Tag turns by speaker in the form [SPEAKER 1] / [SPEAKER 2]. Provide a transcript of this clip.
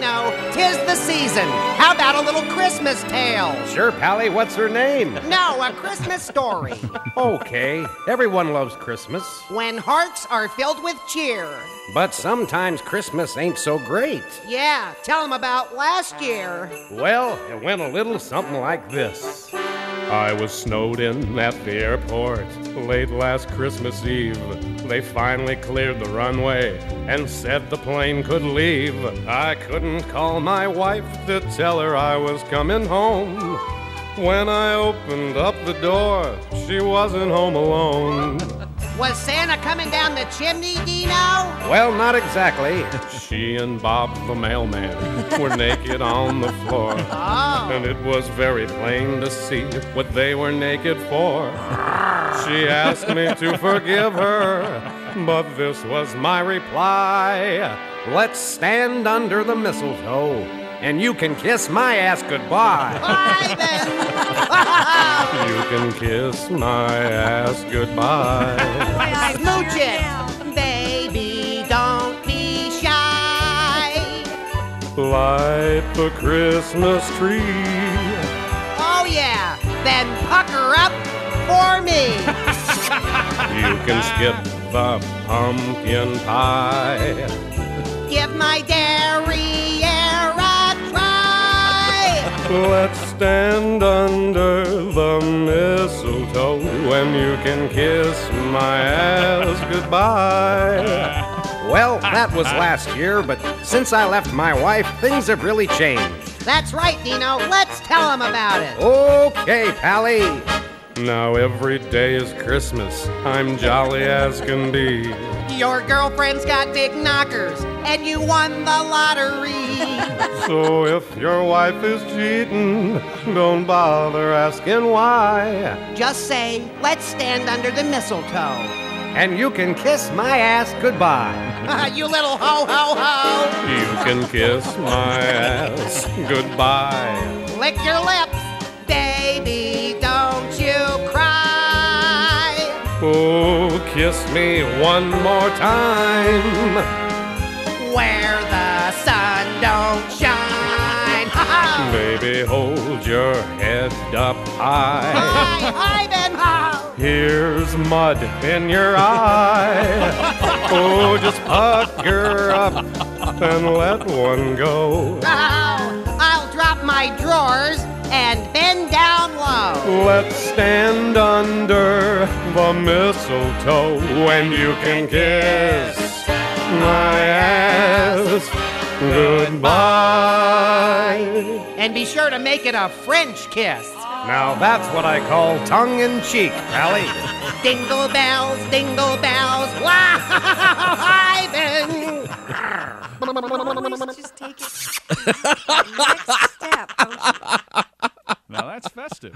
[SPEAKER 1] know. Tis the season. How about a little Christmas tale?
[SPEAKER 2] Sure, Pally, what's her name?
[SPEAKER 1] No, a Christmas story.
[SPEAKER 2] Okay, everyone loves Christmas,
[SPEAKER 1] when hearts are filled with cheer.
[SPEAKER 2] but sometimes Christmas ain't so great.
[SPEAKER 1] Yeah, tell 'em about last year.
[SPEAKER 2] Well, it went a little something like this. I was snowed in at the airport late last Christmas Eve. They finally cleared the runway and said the plane could leave. I couldn't call my wife to tell her I was coming home. When I opened up the door, she wasn't home alone.
[SPEAKER 1] Was Santa coming down the chimney, Dino?
[SPEAKER 2] Well, not exactly. She and Bob the mailman were naked on the floor. And it was very plain to see what they were naked for. She asked me to forgive her, but this was my reply. Let's stand under the mistletoe, and you can kiss my ass goodbye.
[SPEAKER 1] Bye then.
[SPEAKER 2] You can kiss my ass goodbye.
[SPEAKER 1] Smooch it. Baby, don't be shy.
[SPEAKER 2] Light the Christmas tree.
[SPEAKER 1] Oh, yeah. Then pucker up for me.
[SPEAKER 2] You can skip the pumpkin pie.
[SPEAKER 1] Give my derriere a try.
[SPEAKER 2] Let's stand under the mistletoe when you can kiss my ass goodbye. Well, that was last year, but since I left my wife, things have really changed.
[SPEAKER 1] That's right, Dino. Let's tell 'em about it.
[SPEAKER 2] Okay, Pally. Now every day is Christmas. I'm jolly as can be.
[SPEAKER 1] Your girlfriend's got big knockers, and you won the lottery.
[SPEAKER 2] So if your wife is cheating, don't bother asking why.
[SPEAKER 1] Just say, let's stand under the mistletoe.
[SPEAKER 2] And you can kiss my ass goodbye.
[SPEAKER 1] you little ho ho ho.
[SPEAKER 2] You can kiss my ass goodbye.
[SPEAKER 1] Lick your lips. Baby, don't you cry.
[SPEAKER 2] Oh, kiss me one more time.
[SPEAKER 1] Where the sun don't shine. Ha ha.
[SPEAKER 2] Baby, hold your head up high.
[SPEAKER 1] Hi, hi, Ben Ho.
[SPEAKER 2] Here's mud in your eye. Oh, just pucker up and let one go.
[SPEAKER 1] Oh, I'll drop my drawers and bend down low.
[SPEAKER 2] Let's stand under the mistletoe when you can kiss my ass goodbye.
[SPEAKER 1] And be sure to make it a French kiss.
[SPEAKER 2] Now that's what I call tongue in cheek, Pally.
[SPEAKER 1] Dingle bells, dingle bells, why, Ben?
[SPEAKER 3] Always just take it next step. Don't you?
[SPEAKER 4] Now that's festive.